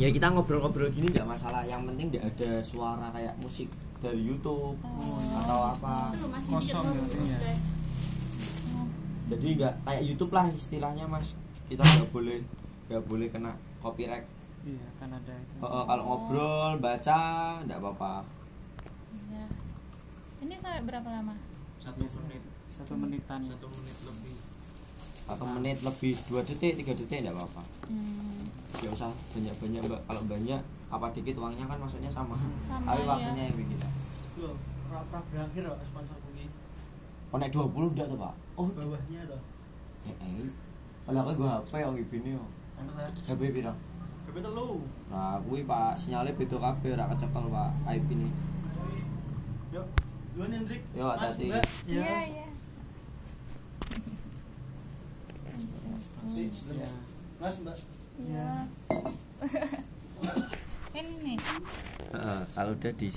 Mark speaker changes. Speaker 1: ya kita ngobrol-ngobrol gini nggak masalah yang penting nggak ada suara kayak musik dari YouTube
Speaker 2: Oh.
Speaker 1: atau apa
Speaker 3: Lu masih
Speaker 4: Kosong
Speaker 3: mikir,
Speaker 4: ya,
Speaker 3: belum
Speaker 4: iya.
Speaker 3: guys.
Speaker 1: jadi nggak kayak YouTube lah istilahnya mas kita nggak boleh nggak boleh kena copyright
Speaker 4: iya kan ada itu
Speaker 1: Eh, eh, kalau ngobrol baca nggak apa-apa
Speaker 2: Ya. Ini sampai berapa lama?
Speaker 5: satu menit
Speaker 4: satu menitan
Speaker 5: satu menit lebih
Speaker 1: atau menit lebih dua detik tiga detik nggak apa-apa
Speaker 2: Hmm,
Speaker 1: nggak usah banyak-banyak mbak kalau banyak apa dikit uangnya kan maksudnya sama
Speaker 2: Sama,
Speaker 1: tapi
Speaker 2: ya.
Speaker 1: waktunya yang bikin
Speaker 6: Loh, pra berakhir loh sponsor bumi
Speaker 1: konek 20 enggak tuh pak oh
Speaker 6: bawahnya loh
Speaker 1: eh eh kalau aku gue HP yang oh, gini yo
Speaker 6: Enak.
Speaker 1: HP pira
Speaker 6: Tapi telu.
Speaker 1: nah kui pak sinyalnya beda kabeh ora kecepel pak IP ini
Speaker 6: Yuk, duluan Hendrik.
Speaker 1: Yuk,
Speaker 6: Mas,
Speaker 1: hati-hati.
Speaker 6: Mbak.
Speaker 2: Iya,
Speaker 6: Ya.
Speaker 2: iya.
Speaker 6: Si, sistemnya. Mas, Mbak.
Speaker 2: Iya. Ini nih.
Speaker 1: kalau udah di